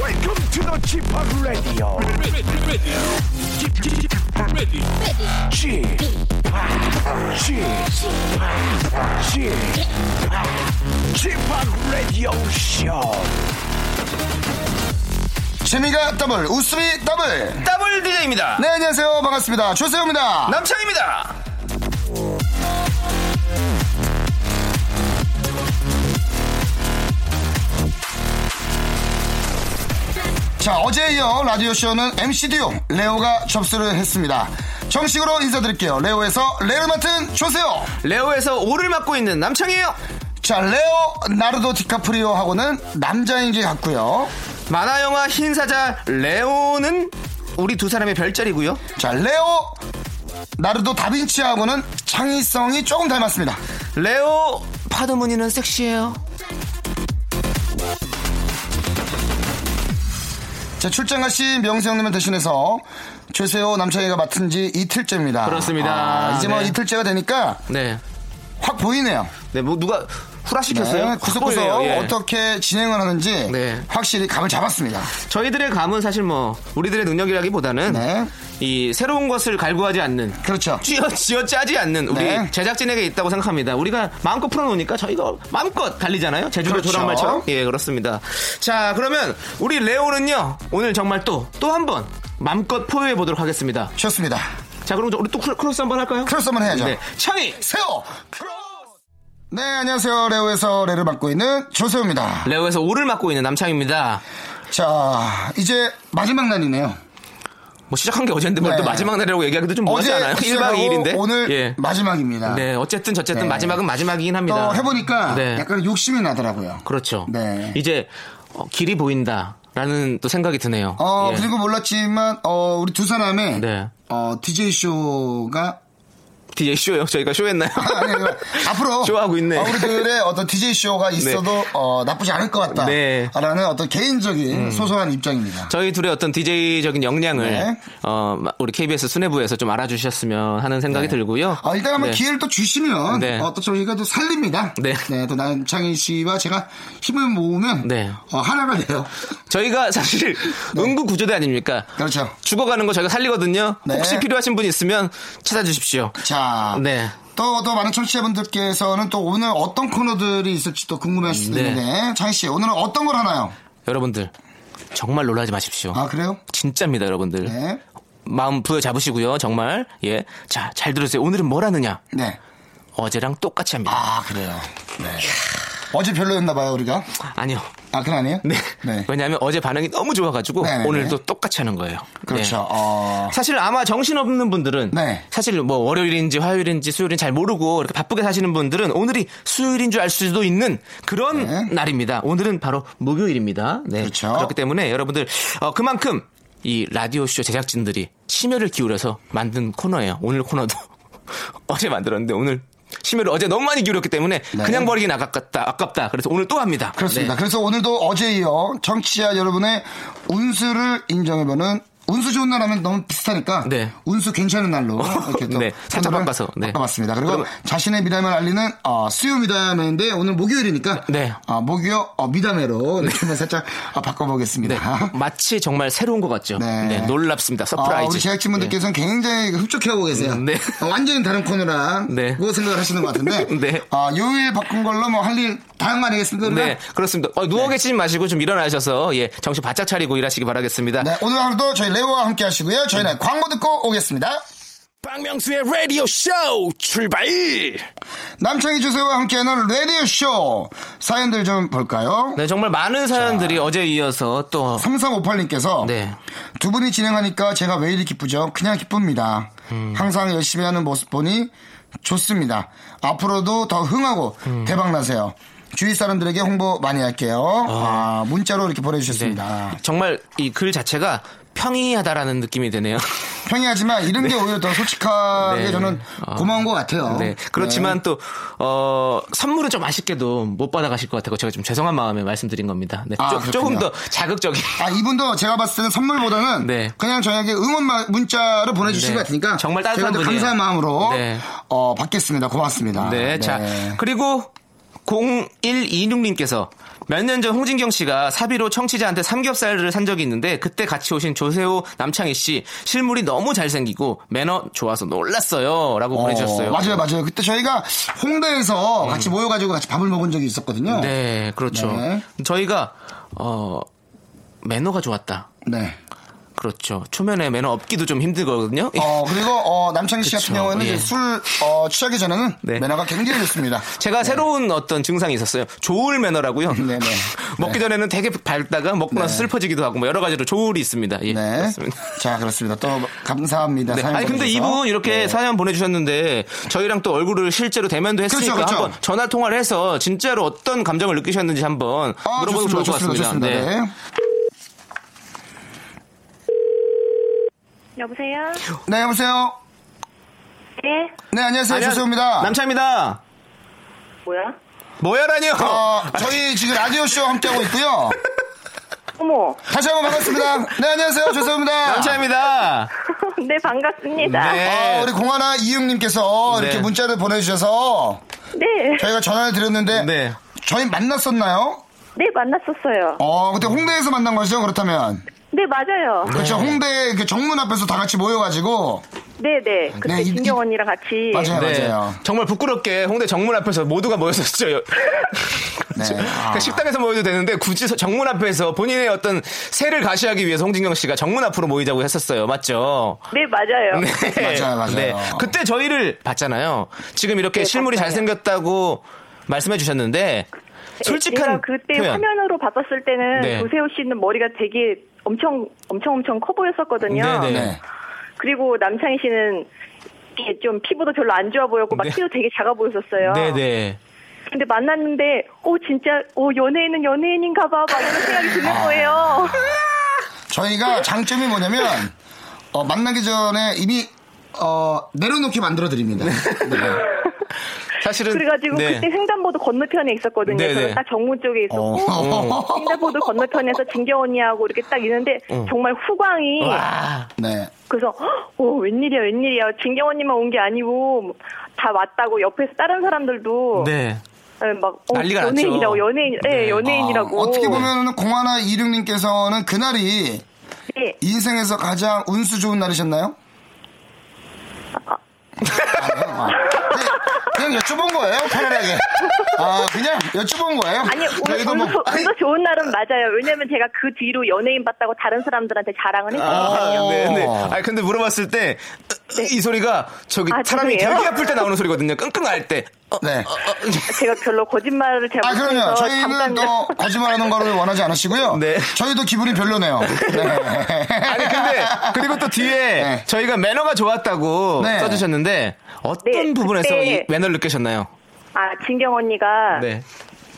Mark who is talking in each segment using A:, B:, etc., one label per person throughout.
A: Welcome to the g p o p Radio. g p o p g p o p Radio Show.
B: 재미가 더블, 웃음이 더블.
C: 더블 DJ입니다.
B: 네, 안녕하세요. 반갑습니다. 조세호입니다.
C: 남창입니다.
B: 자, 어제에 이어 라디오쇼는 MC 듀오, 레오가 접수를 했습니다. 정식으로 인사드릴게요. 레오에서 레를 맡은 조세호.
C: 레오에서 오를 맡고 있는 남창이에요.
B: 자, 레오 나르도 디카프리오하고는 남자인 게 같고요.
C: 만화 영화 흰 사자 레오는 우리 두 사람의 별자리고요.
B: 자, 레오 나르도 다빈치하고는 창의성이 조금 닮았습니다.
C: 레오 파도무늬는 섹시해요.
B: 자, 출장 가신 명수 형님을 대신해서 조세호 남창희가 맡은 지 이틀째입니다.
C: 그렇습니다.
B: 아, 이제 뭐
C: 네.
B: 이틀째가 되니까
C: 네.
B: 확 보이네요.
C: 네, 뭐 누가 후라시켰어요?
B: 네, 구석구석
C: 확보예요, 예.
B: 어떻게 진행을 하는지
C: 네.
B: 확실히 감을 잡았습니다.
C: 저희들의 감은 사실 뭐 우리들의 능력이라기보다는
B: 네.
C: 이 새로운 것을 갈구하지 않는
B: 그렇죠.
C: 쥐어 쥐어 짜지 않는 우리
B: 네.
C: 제작진에게 있다고 생각합니다. 우리가 마음껏 풀어놓으니까 저희가 마음껏 달리잖아요. 제주도
B: 그렇죠.
C: 조랑말처럼. 예, 그렇습니다. 자, 그러면 우리 레오는요 오늘 정말 또 또 한 번 마음껏 포효해 보도록 하겠습니다.
B: 좋습니다.
C: 자, 그럼 우리 또 크로- 크로스 한번 할까요?
B: 크로스 한번 해야죠.
C: 네, 창희
B: 세호 네, 안녕하세요. 레오에서 레를 맡고 있는 조세호입니다.
C: 레오에서 오를 맡고 있는 남창입니다.
B: 자, 이제 마지막 날이네요.
C: 뭐 시작한 게 어제인데 뭘또
B: 네.
C: 마지막 날이라고 얘기하기도 좀 뭐하지 않아요? 1박 2일인데
B: 오늘
C: 예.
B: 마지막입니다.
C: 네, 어쨌든 저쨌든
B: 네.
C: 마지막은 마지막이긴 합니다.
B: 또 해보니까
C: 네.
B: 약간 욕심이 나더라고요.
C: 그렇죠.
B: 네.
C: 이제 어, 길이 보인다라는 또 생각이 드네요.
B: 어,
C: 예.
B: 그리고 몰랐지만, 어, 우리 두 사람의,
C: 네.
B: 어, DJ쇼가,
C: DJ 쇼요. 저희가 쇼했나요?
B: 아니, 아니, 앞으로.
C: 좋아하고 있네.
B: 어, 우리들의 어떤 DJ쇼가 있어도, 어, 나쁘지 않을 것 같다.
C: 네. 음.
B: 라는 어떤 개인적인 소소한 입장입니다.
C: 저희 둘의 어떤 DJ적인 역량을
B: 네.
C: 어, 마- 우리 KBS 수뇌부에서 좀 알아주셨으면 하는 생각이 들고요.
B: 어, 일단 한번
C: 네.
B: 기회를 또 주시면,
C: 네.
B: 어, 또 저희가 또 살립니다.
C: 네.
B: 또 남창희 씨와 제가 힘을 모으면,
C: 네.
B: 어, 하나가 돼요.
C: 저희가 사실
B: 네.
C: 응급 구조대 아닙니까?
B: 그렇죠.
C: 죽어가는 거 저희가 살리거든요.
B: 네.
C: 혹시 필요하신 분 있으면 찾아주십시오.
B: 자.
C: 네.
B: 또, 또 많은 청취자분들께서는 또 오늘 어떤 코너들이 있을지 또 궁금해 하실 수도
C: 네.
B: 있는데, 창희 씨, 오늘은 어떤 걸 하나요?
C: 여러분들 정말 놀라지 마십시오.
B: 아, 그래요?
C: 진짜입니다, 여러분들.
B: 네.
C: 마음 부여잡으시고요, 정말. 예. 자, 잘 들으세요. 오늘은 뭘 하느냐?
B: 네.
C: 어제랑 똑같이 합니다.
B: 아 그래요. 네. 어제 별로였나 봐요 우리가.
C: 아니요.
B: 아 그건 아니에요?
C: 네.
B: 네.
C: 왜냐하면 어제 반응이 너무 좋아가지고
B: 네네네.
C: 오늘도 똑같이 하는 거예요.
B: 그렇죠.
C: 네.
B: 어.
C: 사실 아마 정신없는 분들은
B: 네.
C: 사실 뭐 월요일인지 화요일인지 수요일인지 잘 모르고 이렇게 바쁘게 사시는 분들은 오늘이 수요일인 줄 알 수도 있는 그런
B: 네.
C: 날입니다. 오늘은 바로 목요일입니다. 네.
B: 그렇죠.
C: 그렇기 때문에 여러분들 어, 그만큼 이 라디오쇼 제작진들이 심혈을 기울여서 만든 코너예요. 오늘 코너도 어제 만들었는데 오늘 심혈을 어제 너무 많이 기울였기 때문에
B: 네.
C: 그냥 버리긴 아깝다. 아깝다. 그래서 오늘 또 합니다.
B: 그렇습니다.
C: 네.
B: 그래서 오늘도 어제 이어 정치자 여러분의 운수를 인정해보는 운수 좋은 날 하면 너무 비슷하니까
C: 네.
B: 운수 괜찮은 날로 이렇게 또
C: 네. 살짝
B: 오늘은
C: 바꿔서, 네.
B: 바꿔봤습니다. 그리고
C: 그러면-
B: 자신의 미담을 알리는 어, 수요 미담회인데 오늘 목요일이니까
C: 네.
B: 어, 목요 어, 미담회로 느낌을 살짝 어,
C: 네.
B: 바꿔보겠습니다.
C: 마치 정말 새로운 것 같죠.
B: 네.
C: 네. 놀랍습니다. 서프라이즈.
B: 아,
C: 예.
B: 우리 제작진분들께서는 굉장히흡족해하고 계세요.
C: 네.
B: 어, 완전히 다른 코너라
C: 네.
B: 뭐 생각을 하시는 것 같은데
C: 네.
B: 아, 요일 바꾼 걸로 뭐 할 일 다른 거 아니겠습니까?
C: 네.
B: 그러면?
C: 네, 그렇습니다. 어, 누워 계시지 마시고 좀 일어나셔서 예, 정신 바짝 차리고 일하시기 바라겠습니다.
B: 네, 오늘 하루도 저희 레오와 함께 하시고요. 저희는
C: 네.
B: 광고 듣고 오겠습니다.
A: 박명수의 라디오 쇼 출발.
B: 남창희 주세와 함께하는 라디오쇼 사연들 좀 볼까요?
C: 네, 정말 많은 사연들이 어제 이어서 또
B: 3358님께서
C: 네.
B: 두 분이 진행하니까 제가 왜 이리 기쁘죠? 그냥 기쁩니다.
C: 음.
B: 항상 열심히 하는 모습 보니 좋습니다. 앞으로도 더 흥하고
C: 음.
B: 대박나세요. 주위 사람들에게 홍보 많이 할게요. 아, 문자로 이렇게
C: 네,
B: 보내주셨습니다.
C: 정말 이 글 자체가 평이하다라는 느낌이 드네요.
B: 평이하지만 이런 게 오히려 더 솔직하게
C: 네.
B: 저는
C: 어.
B: 고마운 것 같아요.
C: 네. 그렇지만 또, 어, 선물은 좀 아쉽게도 못 받아가실 것 같아서 제가 좀 죄송한 마음에 말씀드린 겁니다. 네,
B: 아,
C: 조- 조금
B: 그렇군요.
C: 더 자극적인.
B: 아, 이분도 제가 봤을 때는 선물보다는
C: 네.
B: 그냥 저에게 응원 마- 문자로 보내주신
C: 네.
B: 것 같으니까
C: 정말
B: 제가
C: 따뜻한
B: 또
C: 분이에요.
B: 감사한 마음으로
C: 네.
B: 아, 어, 받겠습니다. 고맙습니다.
C: 네, 자. 그리고 0126님께서 몇 년 전 홍진경 씨가 사비로 청취자한테 삼겹살을 산 적이 있는데 그때 같이 오신 조세호 남창희 씨 실물이 너무 잘생기고 매너 좋아서 놀랐어요라고 보내주셨어요. 음.
B: 어, 맞아요, 맞아요. 그때 저희가 홍대에서 같이 모여가지고 같이 밥을 먹은 적이 있었거든요.
C: 네, 그렇죠.
B: 네.
C: 저희가 어 매너가 좋았다.
B: 네.
C: 그렇죠. 초면에 매너 없기도 좀 힘들거든요.
B: 어, 그리고, 어, 남창희 씨 같은
C: 예. 그쵸,
B: 경우에는
C: 예.
B: 이제 술, 어, 취하기 전에는
C: 네.
B: 매너가 굉장히 좋습니다.
C: 제가 새로운 어떤 증상이 있었어요. 조울 매너라고요.
B: 네. 네네.
C: 먹기 전에는 되게 밝다가 먹고 나서 슬퍼지기도 하고 뭐 여러 가지로 조울이 있습니다. 예,
B: 네.
C: 그렇습니다.
B: 자, 그렇습니다. 또 감사합니다.
C: 네.
B: 사연
C: 아니 근데
B: 보내주셔서. 네.
C: 이분 이렇게 사연 보내주셨는데 저희랑 또 얼굴을 실제로 대면도 했으니까
B: 그렇죠, 그렇죠.
C: 한번 전화 통화를 해서 진짜로 어떤 감정을 느끼셨는지 한번
B: 아,
C: 물어보면
B: 좋습니다,
C: 좋을 것 같습니다.
B: 좋습니다, 좋습니다.
C: 네.
B: 네.
D: 여보세요?
B: 네, 여보세요.
D: 네?
B: 네, 안녕하세요.
C: 안녕-
B: 조세호입니다.
C: 남창입니다.
D: 뭐야?
C: 뭐야라니요?
B: 어, 저희 지금 라디오쇼 함께하고 있고요.
D: 어머.
B: 다시 한번 반갑습니다. 네, 안녕하세요. 조세호입니다.
C: 남창입니다.
D: 네, 반갑습니다.
C: 네.
B: 아, 우리 공하나 이응님께서
C: 네.
B: 이렇게 문자를 보내주셔서
D: 네.
B: 저희가 전화를 드렸는데
C: 네.
B: 저희 만났었나요?
D: 네, 만났었어요.
B: 어, 그때 홍대에서 만난 거죠? 그렇다면
D: 네, 맞아요.
B: 그렇죠. 홍대 그 정문 앞에서 다 같이 모여가지고
D: 네, 네. 그때
B: 네, 이-
D: 진경 언니랑 같이.
B: 맞아요, 맞아요.
C: 네.
B: 아.
C: 정말 부끄럽게 홍대 정문 앞에서 모두가 모였었죠. 여-
B: 네.
C: 그러니까 식당에서 모여도 되는데 굳이 서- 정문 앞에서 본인의 어떤 새를 가시하기 위해서 홍진경 씨가 정문 앞으로 모이자고 했었어요. 맞죠?
D: 네, 맞아요.
C: 네.
B: 맞아요, 맞아요.
C: 그때 저희를 봤잖아요. 지금 이렇게
D: 네,
C: 실물이
D: 봤어요.
C: 잘생겼다고 말씀해 주셨는데 솔직한
D: 네, 제가 그때
C: 표현.
D: 화면으로 봤었을 때는
C: 네.
D: 조세호 씨는 머리가 되게 엄청 엄청 엄청 커 보였었거든요.
C: 네, 네.
B: 네.
D: 그리고 남창희 씨는 이렇게 좀 피부도 별로 안 좋아 보였고 막
C: 네.
D: 키도 되게 작아 보였었어요.
C: 네네.
D: 근데 만났는데 오 진짜 오 연예인은 연예인인가 봐. 막 이런 생각이 드는
C: 아.
D: 거예요.
B: 저희가 장점이 뭐냐면 어, 만나기 전에 이미 어, 내려놓게 만들어 드립니다.
D: 네.
B: 네.
C: 사실은
D: 그래가지고
C: 네.
D: 그때 횡단보도 건너편에 있었거든요.
C: 네네.
D: 저는 딱 정문 쪽에 있었고 횡단보도 건너편에서 진경 언니하고 이렇게 딱 있는데 정말 후광이
C: 와.
B: 네.
D: 그래서 "헉, 오 웬일이야 웬일이야 진경 언니만 온 게 아니고 다 왔다고 옆에서 다른 사람들도
C: 네.
D: 예, 막 어,
C: 난리가 났죠.
D: 연예인이라고 연예인 예
C: 네.
D: 연예인이라고
B: 아, 어떻게 보면 공하나 이륙님께서는 그날이
D: 예.
B: 인생에서 가장 운수 좋은 날이셨나요? 아니요. 아, 그냥, 그냥 여쭤본 거예요, 편안하게. 아, 그냥 여쭤본 거예요.
D: 아니 오늘
B: 저희도 뭐-
D: 오늘 더- 오늘 더 좋은 날은 맞아요 왜냐면 제가 그 뒤로 연예인 봤다고 다른 사람들한테 자랑을 했어요 네.
C: 아, 네네. 아 근데 물어봤을 때 이 소리가 저기
D: 아,
C: 사람이
D: 죄송해요.
C: 되게 아플 때 나오는 소리거든요. 끙끙 앓 때. 어,
B: 네.
D: 제가 별로 거짓말을 제가
B: 아, 그럼요.
D: 못해서
B: 저희는
D: 어, 잠깐
B: 또 거짓말하는 거를 원하지 않으시고요.
C: 네.
B: 저희도 기분이 별로네요. 네.
C: 아니 근데 그리고 또 뒤에
B: 네.
C: 저희가 매너가 좋았다고
B: 네.
C: 써주셨는데 어떤
D: 네,
C: 부분에서
D: 그때-
C: 이 매너를 느끼셨나요?
D: 아, 진경 언니가
C: 네.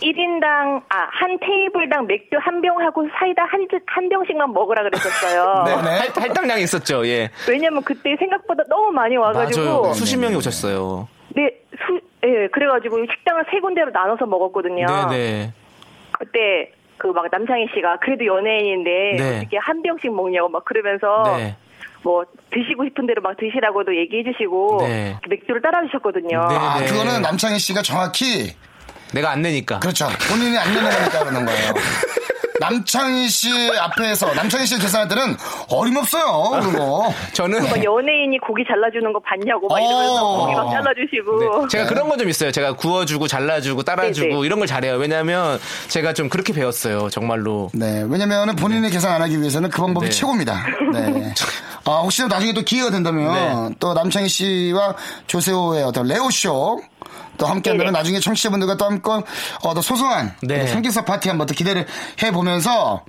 D: 1인당, 아, 한 테이블당 맥주 한 병하고 사이다 한, 지- 한 병씩만 먹으라 그랬었어요.
C: 네, 할, 할당량이 있었죠. 예.
D: 왜냐면 그때 생각보다 너무 많이 와가지고.
C: 맞아요. 수십 명이 오셨어요.
D: 네, 수, 예, 그래가지고 식당을 세 군데로 나눠서 먹었거든요.
C: 네네.
D: 그때 그 막 남창희 씨가 그래도 연예인인데
C: 네.
D: 어떻게 한 병씩 먹냐고 막 그러면서.
C: 네.
D: 뭐 드시고 싶은 대로 막 드시라고도 얘기해 주시고
C: 네.
D: 맥주를 따라 주셨거든요.
C: 네.
B: 아, 그거는 남창희 씨가 정확히
C: 내가 안 내니까.
B: 그렇죠. 본인이 안 내는 거니까 그러는 거예요. 남창희 씨 앞에서 남창희 씨 계산할 때는 어림없어요. 그거.
C: 저는
D: 막 연예인이 고기 잘라주는 거 봤냐고 막 이러면서
B: 어.
D: 고기 막 잘라주시고
C: 네. 제가 그런 건 좀 있어요. 제가 구워주고 잘라주고 따라주고
D: 네네.
C: 이런 걸 잘해요. 왜냐하면 제가 좀 그렇게 배웠어요. 정말로.
B: 네, 왜냐면 본인이 계산 안 하기 위해서는 그 방법이
C: 네.
B: 최고입니다. 네. 아, 혹시나 나중에 또 기회가 된다면
C: 네.
B: 또 남창희 씨와 조세호의 어떤 레오쇼 또 함께 한다면
D: 네네.
B: 나중에 청취자분들과 또 한번 어, 더 소소한
C: 네.
B: 네. 삼겹살 파티 한번 더 기대를 해보면서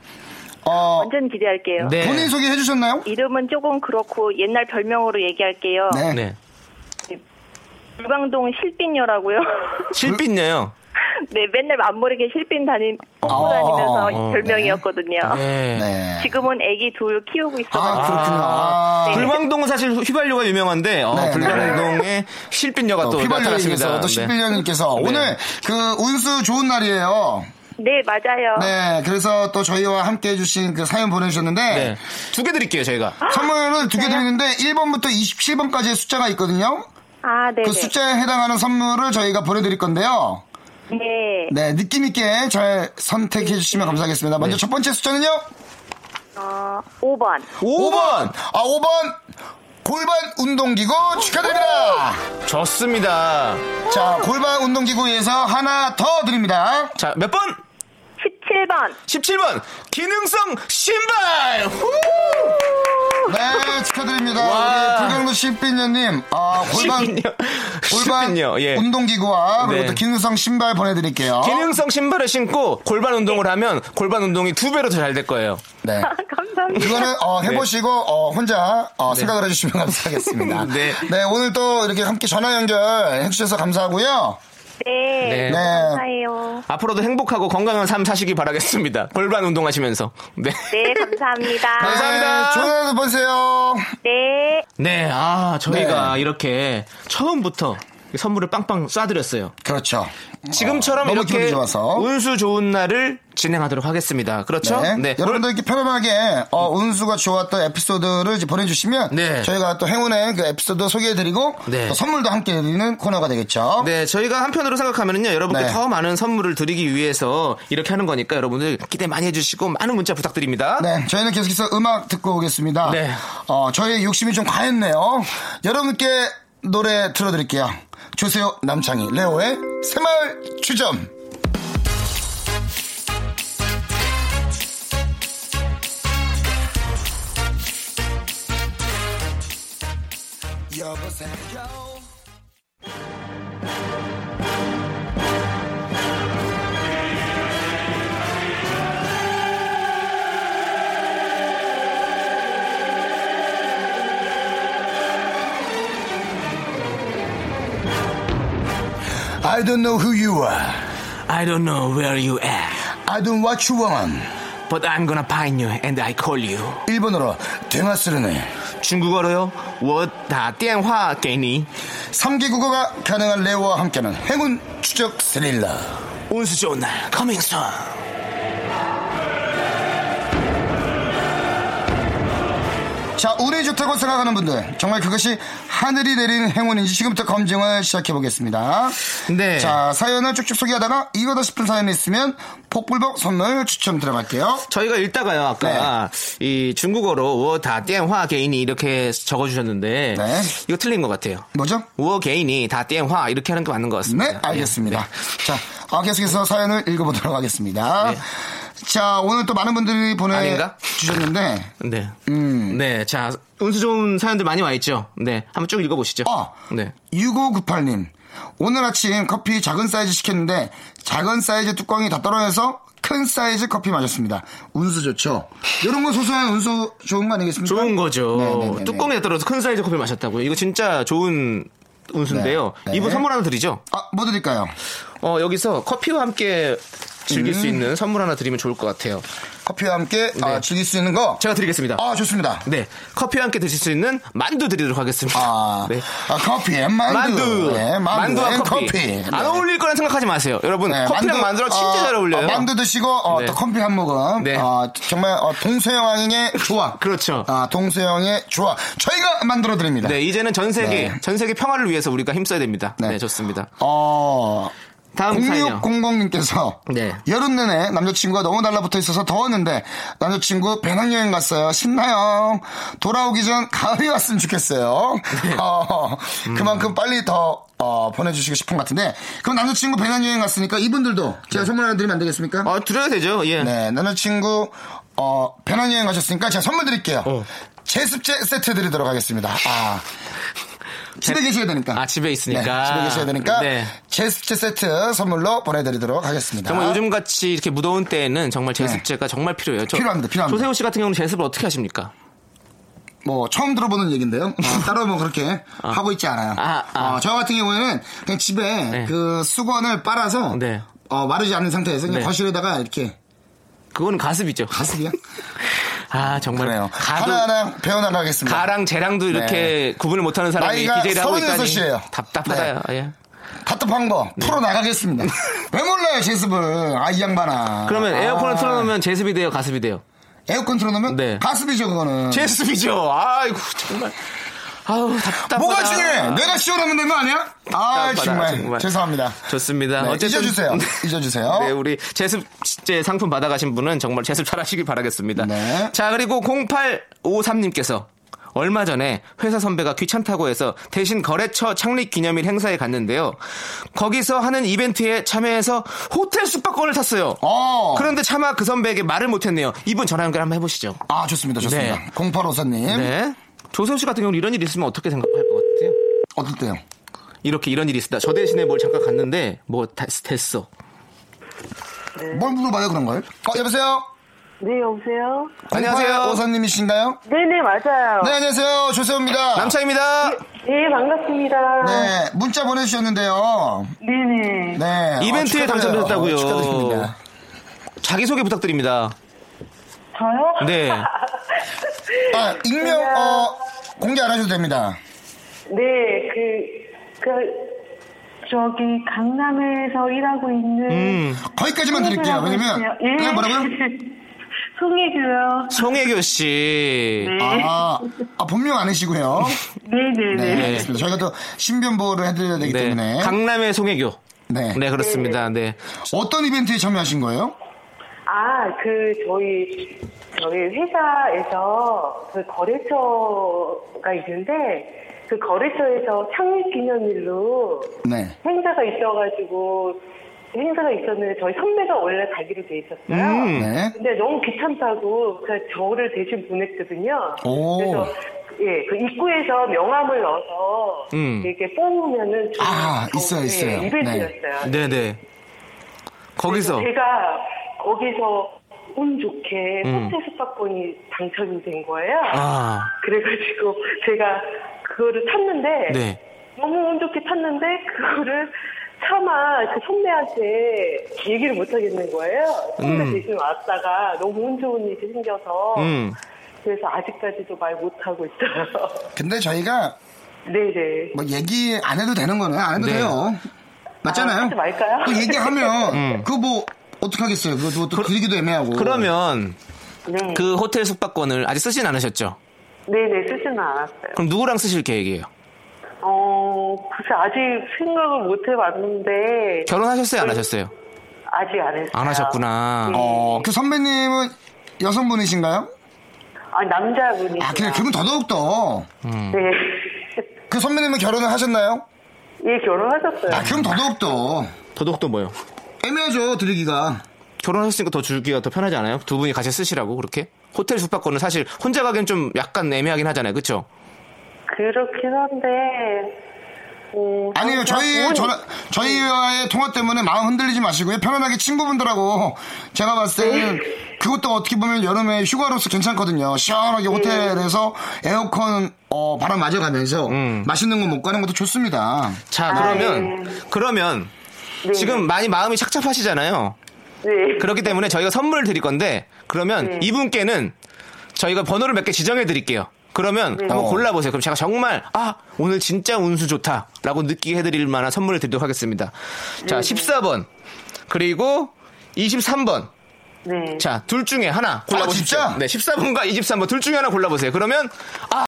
B: 어,
D: 완전 기대할게요.
C: 네.
B: 본인 소개해 주셨나요?
D: 이름은 조금 그렇고 옛날 별명으로 얘기할게요.
B: 네.
C: 네.
D: 불광동 실빈녀라고요.
C: 실빈녀요.
D: 네, 맨날 앞모르게 실빈 다니
B: 어,
D: 먹고 다니면서
C: 어,
D: 별명이었거든요.
C: 네.
B: 네.
D: 지금은 애기 둘 키우고
B: 아,
D: 있어요.
B: 그렇군요. 아,
D: 네.
C: 불광동은 사실 휘발유가 유명한데 어,
B: 네, 어,
C: 불광동에 실빈녀가 또 나타났습니다.
B: 휘발유님께서 또
C: 네.
B: 11년님께서 오늘 그 운수 좋은 날이에요.
D: 네, 맞아요.
B: 네, 그래서 또 저희와 함께 해주신 그 사연 보내주셨는데
C: 네. 두 개 드릴게요, 저희가.
B: 선물을 두 개 드리는데 1번부터 27번까지의 숫자가 있거든요.
D: 아, 네.
B: 그 숫자에 해당하는 선물을 저희가 보내드릴 건데요.
D: 네.
B: 네, 느낌 있게 잘 선택해 주시면 감사하겠습니다.
C: 네.
B: 먼저 첫 번째 숫자는요?
D: 어, 5번.
C: 5번!
B: 아, 5번! 골반 운동기구 축하드립니다!
C: 좋습니다.
B: 자, 골반 운동기구에서 하나 더 드립니다.
C: 자, 몇 번?
D: 17번.
C: 17번! 기능성 신발! 후!
B: 네, 축하드립니다.
C: 와.
B: 우리 불경도 신빈녀님, 아, 골반,
C: 신빈요.
B: 골반
C: 신빈요, 예.
B: 운동기구와 그리고
C: 네.
B: 또 기능성 신발 보내드릴게요.
C: 기능성 신발을 신고 골반 운동을 하면 골반 운동이 두 배로 더 잘 될 거예요.
B: 네.
D: 감사합니다.
B: 이거는 어,
C: 네.
B: 해보시고 어, 혼자 어, 생각을 해주시면 감사하겠습니다.
C: 네.
B: 오늘 또 이렇게 함께 전화 연결 해주셔서 감사하고요.
D: 네.
C: 네.
B: 네.
D: 감사해요.
C: 앞으로도 행복하고 건강한 삶 사시기 바라겠습니다. 골반 운동하시면서. 네.
D: 네, 감사합니다.
C: 감사합니다.
B: 네, 좋은 하루 보세요.
D: 네.
C: 네, 아, 저희가 이렇게 처음부터 선물을 빵빵 쏴드렸어요.
B: 그렇죠. 어,
C: 지금처럼
B: 너무
C: 이렇게
B: 기분이 좋아서.
C: 운수 좋은 날을 진행하도록 하겠습니다. 그렇죠?
B: 네. 여러분도 이렇게 편안하게 어, 운수가 좋았던 에피소드를 이제 보내주시면
C: 네.
B: 저희가 또 행운의 그 에피소드 소개해드리고
C: 네.
B: 또 선물도 함께 드리는 코너가 되겠죠.
C: 네, 저희가 한편으로 생각하면은요, 여러분께
B: 네.
C: 더 많은 선물을 드리기 위해서 이렇게 하는 거니까 여러분들 기대 많이 해주시고 많은 문자 부탁드립니다.
B: 네, 저희는 계속해서 음악 듣고 오겠습니다.
C: 네.
B: 어, 저희의 욕심이 좀 과했네요. 여러분께 노래 들어드릴게요. 조세호 남창희 레오의 새마을 추점. 여보세요. I don't know who you are.
C: I don't know where you are,
B: I don't what you want.
C: but I'm gonna find you and I call you.
B: 일본어로 대마스르네.
C: 중국어로요, 我打电话给你.
B: 3개국어가 가능한 레오와 함께하는 행운 추적 스릴러.
C: 운수 좋은 날, coming soon.
B: 자, 운이 좋다고 생각하는 분들, 정말 그것이 하늘이 내린 행운인지 지금부터 검증을 시작해 보겠습니다.
C: 네.
B: 자, 사연을 쭉쭉 소개하다가 이거다 싶은 사연이 있으면 복불복 선물 추첨 들어갈게요.
C: 저희가 읽다가요 아까
B: 네.
C: 이 중국어로 워다 땡화 개인이 이렇게 적어주셨는데
B: 네.
C: 이거 틀린 것 같아요.
B: 뭐죠?
C: 워 개인이 다 땡화 이렇게 하는 게 맞는 것 같습니다.
B: 네, 알겠습니다. 자, 아, 계속해서 사연을 읽어보도록 하겠습니다.
C: 네.
B: 자, 오늘 또 많은 분들이
C: 아닌가?
B: 보내주셨는데,
C: 네.
B: 음.
C: 네. 자, 운수 좋은 사연들 많이 와 있죠. 네. 한번 쭉 읽어보시죠.
B: 어.
C: 네.
B: 6598님. 오늘 아침 커피 작은 사이즈 시켰는데 작은 사이즈 뚜껑이 다 떨어져서 큰 사이즈 커피 마셨습니다. 운수 좋죠? 이런 건 소소한 운수 좋은 거 아니겠습니까?
C: 좋은 거죠.
B: 네네네네.
C: 뚜껑에 떨어서 큰 사이즈 커피 마셨다고요. 이거 진짜 좋은 운수인데요.
B: 네, 네.
C: 이분 선물 하나 드리죠.
B: 아, 뭐 드릴까요?
C: 어, 여기서 커피와 함께 즐길
B: 음.
C: 수 있는 선물 하나 드리면 좋을 것 같아요.
B: 커피와 함께 아,
C: 네.
B: 즐길 수 있는 거.
C: 제가 드리겠습니다.
B: 아, 좋습니다.
C: 네. 커피와 함께 드실 수 있는 만두 드리도록 하겠습니다.
B: 아,
C: 네.
B: 아, 커피 앤 만두.
C: 만두.
B: 네, 만두
C: 만두와
B: 앤
C: 커피.
B: 네.
C: 안 어울릴 거란 생각하지 마세요. 여러분,
B: 네,
C: 커피랑 만두, 랑 진짜
B: 어,
C: 잘 어울려요.
B: 어, 만두 드시고 어,
C: 네.
B: 또 커피 한 모금.
C: 네.
B: 어, 정말 어, 동서양의 조화.
C: 그렇죠.
B: 아, 동서양의 조화. 저희가 만들어 드립니다.
C: 네, 이제는 전 세계,
B: 네.
C: 전 세계 평화를 위해서 우리가 힘써야 됩니다.
B: 네.
C: 네, 좋습니다.
B: 어,
C: 다음 사연이요.
B: 0600님께서
C: 네.
B: 여름 내내 남자친구가 너무 달라붙어 있어서 더웠는데 남자친구 배낭여행 갔어요. 신나요. 돌아오기 전 가을이 왔으면 좋겠어요.
C: 네.
B: 어,
C: 음.
B: 그만큼 빨리 더 어, 보내주시고 싶은 것 같은데 그럼 남자친구 배낭여행 갔으니까 이분들도 제가
C: 네.
B: 선물 하나 드리면 안 되겠습니까?
C: 어, 드려야 되죠. 예.
B: 네, 남자친구 어, 배낭여행 가셨으니까 제가 선물 드릴게요.
C: 어.
B: 제습제 세트 드리도록 하겠습니다. 아, 집에 계셔야 되니까.
C: 아, 집에 있으니까.
B: 네, 집에 계셔야 되니까
C: 네.
B: 제습제 세트 선물로 보내드리도록 하겠습니다.
C: 정말 요즘 같이 이렇게 무더운 때에는 정말 제습제가 정말 필요해요. 저-
B: 네. 필요합니다, 필요합니다.
C: 조세호 씨 같은 경우는 제습을 어떻게 하십니까?
B: 뭐 처음 들어보는 얘긴데요. 따로 뭐 그렇게 하고 있지 않아요.
C: 아, 아.
B: 어, 저 같은 경우에는 그냥 집에 그 수건을 빨아서
C: 네.
B: 어, 마르지 않은 상태에서 그냥
C: 네.
B: 거실에다가 이렇게
C: 그거는 가습이죠.
B: 가습이야.
C: 아, 정말.
B: 그래요.
C: 가도,
B: 하나하나 배워나가겠습니다.
C: 가랑 재랑도 이렇게 구분을 못하는 사람이
B: 나이가
C: DJ를 하고 있다니
B: 36 이에요. 네.
C: 답답하다. 예.
B: 답답한 거
C: 네.
B: 풀어 나가겠습니다. 왜 몰라요 제습을 아 이 양반아.
C: 그러면
B: 아. 음.
C: 에어컨을 틀어놓으면 제습이 돼요, 가습이 돼요?
B: 에어컨 틀어놓으면
C: 네.
B: 가습이죠 그거는.
C: 제습이죠. 아이고 정말. 아우 답답하다.
B: 뭐가 중요해? 내가 시원하면 된 거 아니야? 아,
C: 답답하다,
B: 정말. 죄송합니다.
C: 좋습니다.
B: 네,
C: 어쨌든
B: 잊어주세요. 잊어주세요.
C: 네, 우리 제습 제 상품 받아가신 분은 정말 제습 잘하시길 바라겠습니다.
B: 네.
C: 자, 그리고 0853님께서 얼마 전에 회사 선배가 귀찮다고 해서 대신 거래처 창립 기념일 행사에 갔는데요. 거기서 하는 이벤트에 참여해서 호텔 숙박권을 샀어요.
B: 어.
C: 그런데 차마 그 선배에게 말을 못했네요. 이분 전화 연결 한번 해보시죠.
B: 아, 좋습니다. 좋습니다.
C: 네.
B: 0854님.
C: 네. 조세호 씨 같은 경우는 이런 일이 있으면 어떻게 생각할 것 같아요?
B: 어떨 때요?
C: 이렇게 이런 일이 있다. 저 대신에 뭘 잠깐 갔는데 뭐 다- 됐어.
B: 뭘 물어봐요, 그런 걸? 어, 여보세요?
E: 네, 여보세요?
C: 안녕하세요.
B: 0854님이신가요?
E: 네네, 맞아요.
B: 네, 안녕하세요. 조세호입니다.
C: 남창입니다.
E: 네, 반갑습니다.
B: 네, 문자 보내주셨는데요.
E: 네네.
B: 네. 축하드려요.
C: 이벤트에 당첨되셨다고요.
B: 어, 축하드립니다.
C: 자기 소개 부탁드립니다.
E: 저요?
C: 네.
B: 아, 익명, 어, 공개 안 하셔도 됩니다.
E: 네, 그, 그, 저기, 강남에서 일하고 있는.
B: 거기까지만 음, 드릴게요. 왜냐면,
E: 네, 예.
B: 그냥 뭐라고요?
E: 송혜교요.
C: 송혜교 씨.
B: 아, 아, 본명 아니시고요. 네,
E: 예. 네네네.
B: 알겠습니다. 저희가 또 신변 보호를 해드려야 되기 때문에.
C: 네. 강남의 송혜교.
B: 네.
C: 네, 그렇습니다. 네.
B: 어떤 이벤트에 참여하신 거예요?
E: 아, 그, 저희, 저희 회사에서 그 거래처가 있는데, 그 거래처에서 창립 기념일로
B: 네.
E: 행사가 있어가지고, 행사가 있었는데, 저희 선배가 원래 가기로 돼 있었어요.
C: 음.
B: 네.
E: 근데 너무 귀찮다고 그냥 저를 대신 보냈거든요.
B: 오.
E: 그래서 예, 그 입구에서 명함을 넣어서
C: 음.
E: 이렇게 뽑으면은 좀
B: 아,
E: 더,
B: 있어요,
E: 예,
B: 있어요.
E: 이벤트였어요.
C: 네, 네. 거기서
E: 네. 제가 거기서 운 좋게
C: 음.
E: 호텔 숙박권이 당첨이 된 거예요.
C: 아.
E: 그래가지고 제가 그거를 탔는데
C: 네.
E: 너무 운 좋게 탔는데 그거를 차마 그 선배한테 얘기를 못 하겠는 거예요. 선배
C: 음.
E: 대신 왔다가 너무 운 좋은 일이 생겨서
C: 음.
E: 그래서 아직까지도 말 못 하고 있어요.
B: 근데 저희가
E: 네네.
B: 뭐 얘기 안 해도 되는 거는 안 해도
C: 네.
B: 돼요. 맞잖아요.
E: 아, 하지 말까요?
B: 또 얘기하면
C: 음.
B: 그거 뭐 어떡하겠어요. 그거 뭐 또, 또 그리기도 애매하고.
C: 그러면
E: 네.
C: 그 호텔 숙박권을 아직 쓰진 않으셨죠?
E: 네네 쓰지는 않았어요.
C: 그럼 누구랑 쓰실 계획이에요?
E: 어 글쎄 아직 생각을 못 해봤는데
C: 결혼하셨어요? 안 하셨어요?
E: 아직 안 했어요.
C: 안 하셨구나.
E: 네.
B: 어, 그 선배님은 여성분이신가요?
E: 아 남자분이.
B: 아, 그래. 그러면 더더욱 더.
E: 네.
B: 그 선배님은 결혼을 하셨나요?
E: 예 결혼하셨어요.
B: 아, 그럼 더더욱 더.
C: 도덕도 뭐요?
B: 애매하죠, 드리기가.
C: 결혼하셨으니까 더 줄기가 더 편하지 않아요? 두 분이 같이 쓰시라고 그렇게? 호텔 숙박권은 사실 혼자 가기엔 좀 약간 애매하긴 하잖아요, 그렇죠?
E: 그렇긴 한데. 어,
B: 아니요, 저희,
E: 그냥
B: 전화, 저희와의 통화 때문에 마음 흔들리지 마시고요. 편안하게 친구분들하고 제가 봤을 때는 그것도 어떻게 보면 여름에 휴가로서 괜찮거든요. 시원하게 호텔에서 에어컨, 어, 바람 맞아가면서 맛있는 거 먹고 하는 것도 좋습니다.
C: 자,
E: 아,
C: 그러면, 그러면, 지금 많이 마음이 착잡하시잖아요.
E: 네.
C: 그렇기 때문에 저희가 선물을 드릴 건데, 그러면 이분께는 저희가 번호를 몇 개 지정해 드릴게요. 그러면 한번 골라보세요. 그럼 제가 정말, 아, 오늘 진짜 운수 좋다. 라고 느끼게 해드릴 만한 선물을 드리도록 하겠습니다. 자, 14번. 그리고 23번.
E: 네.
C: 자, 둘 중에 하나 골라보십시오.
B: 진짜?
C: 네, 14번과 23번 둘 중에 하나 골라보세요. 그러면, 아,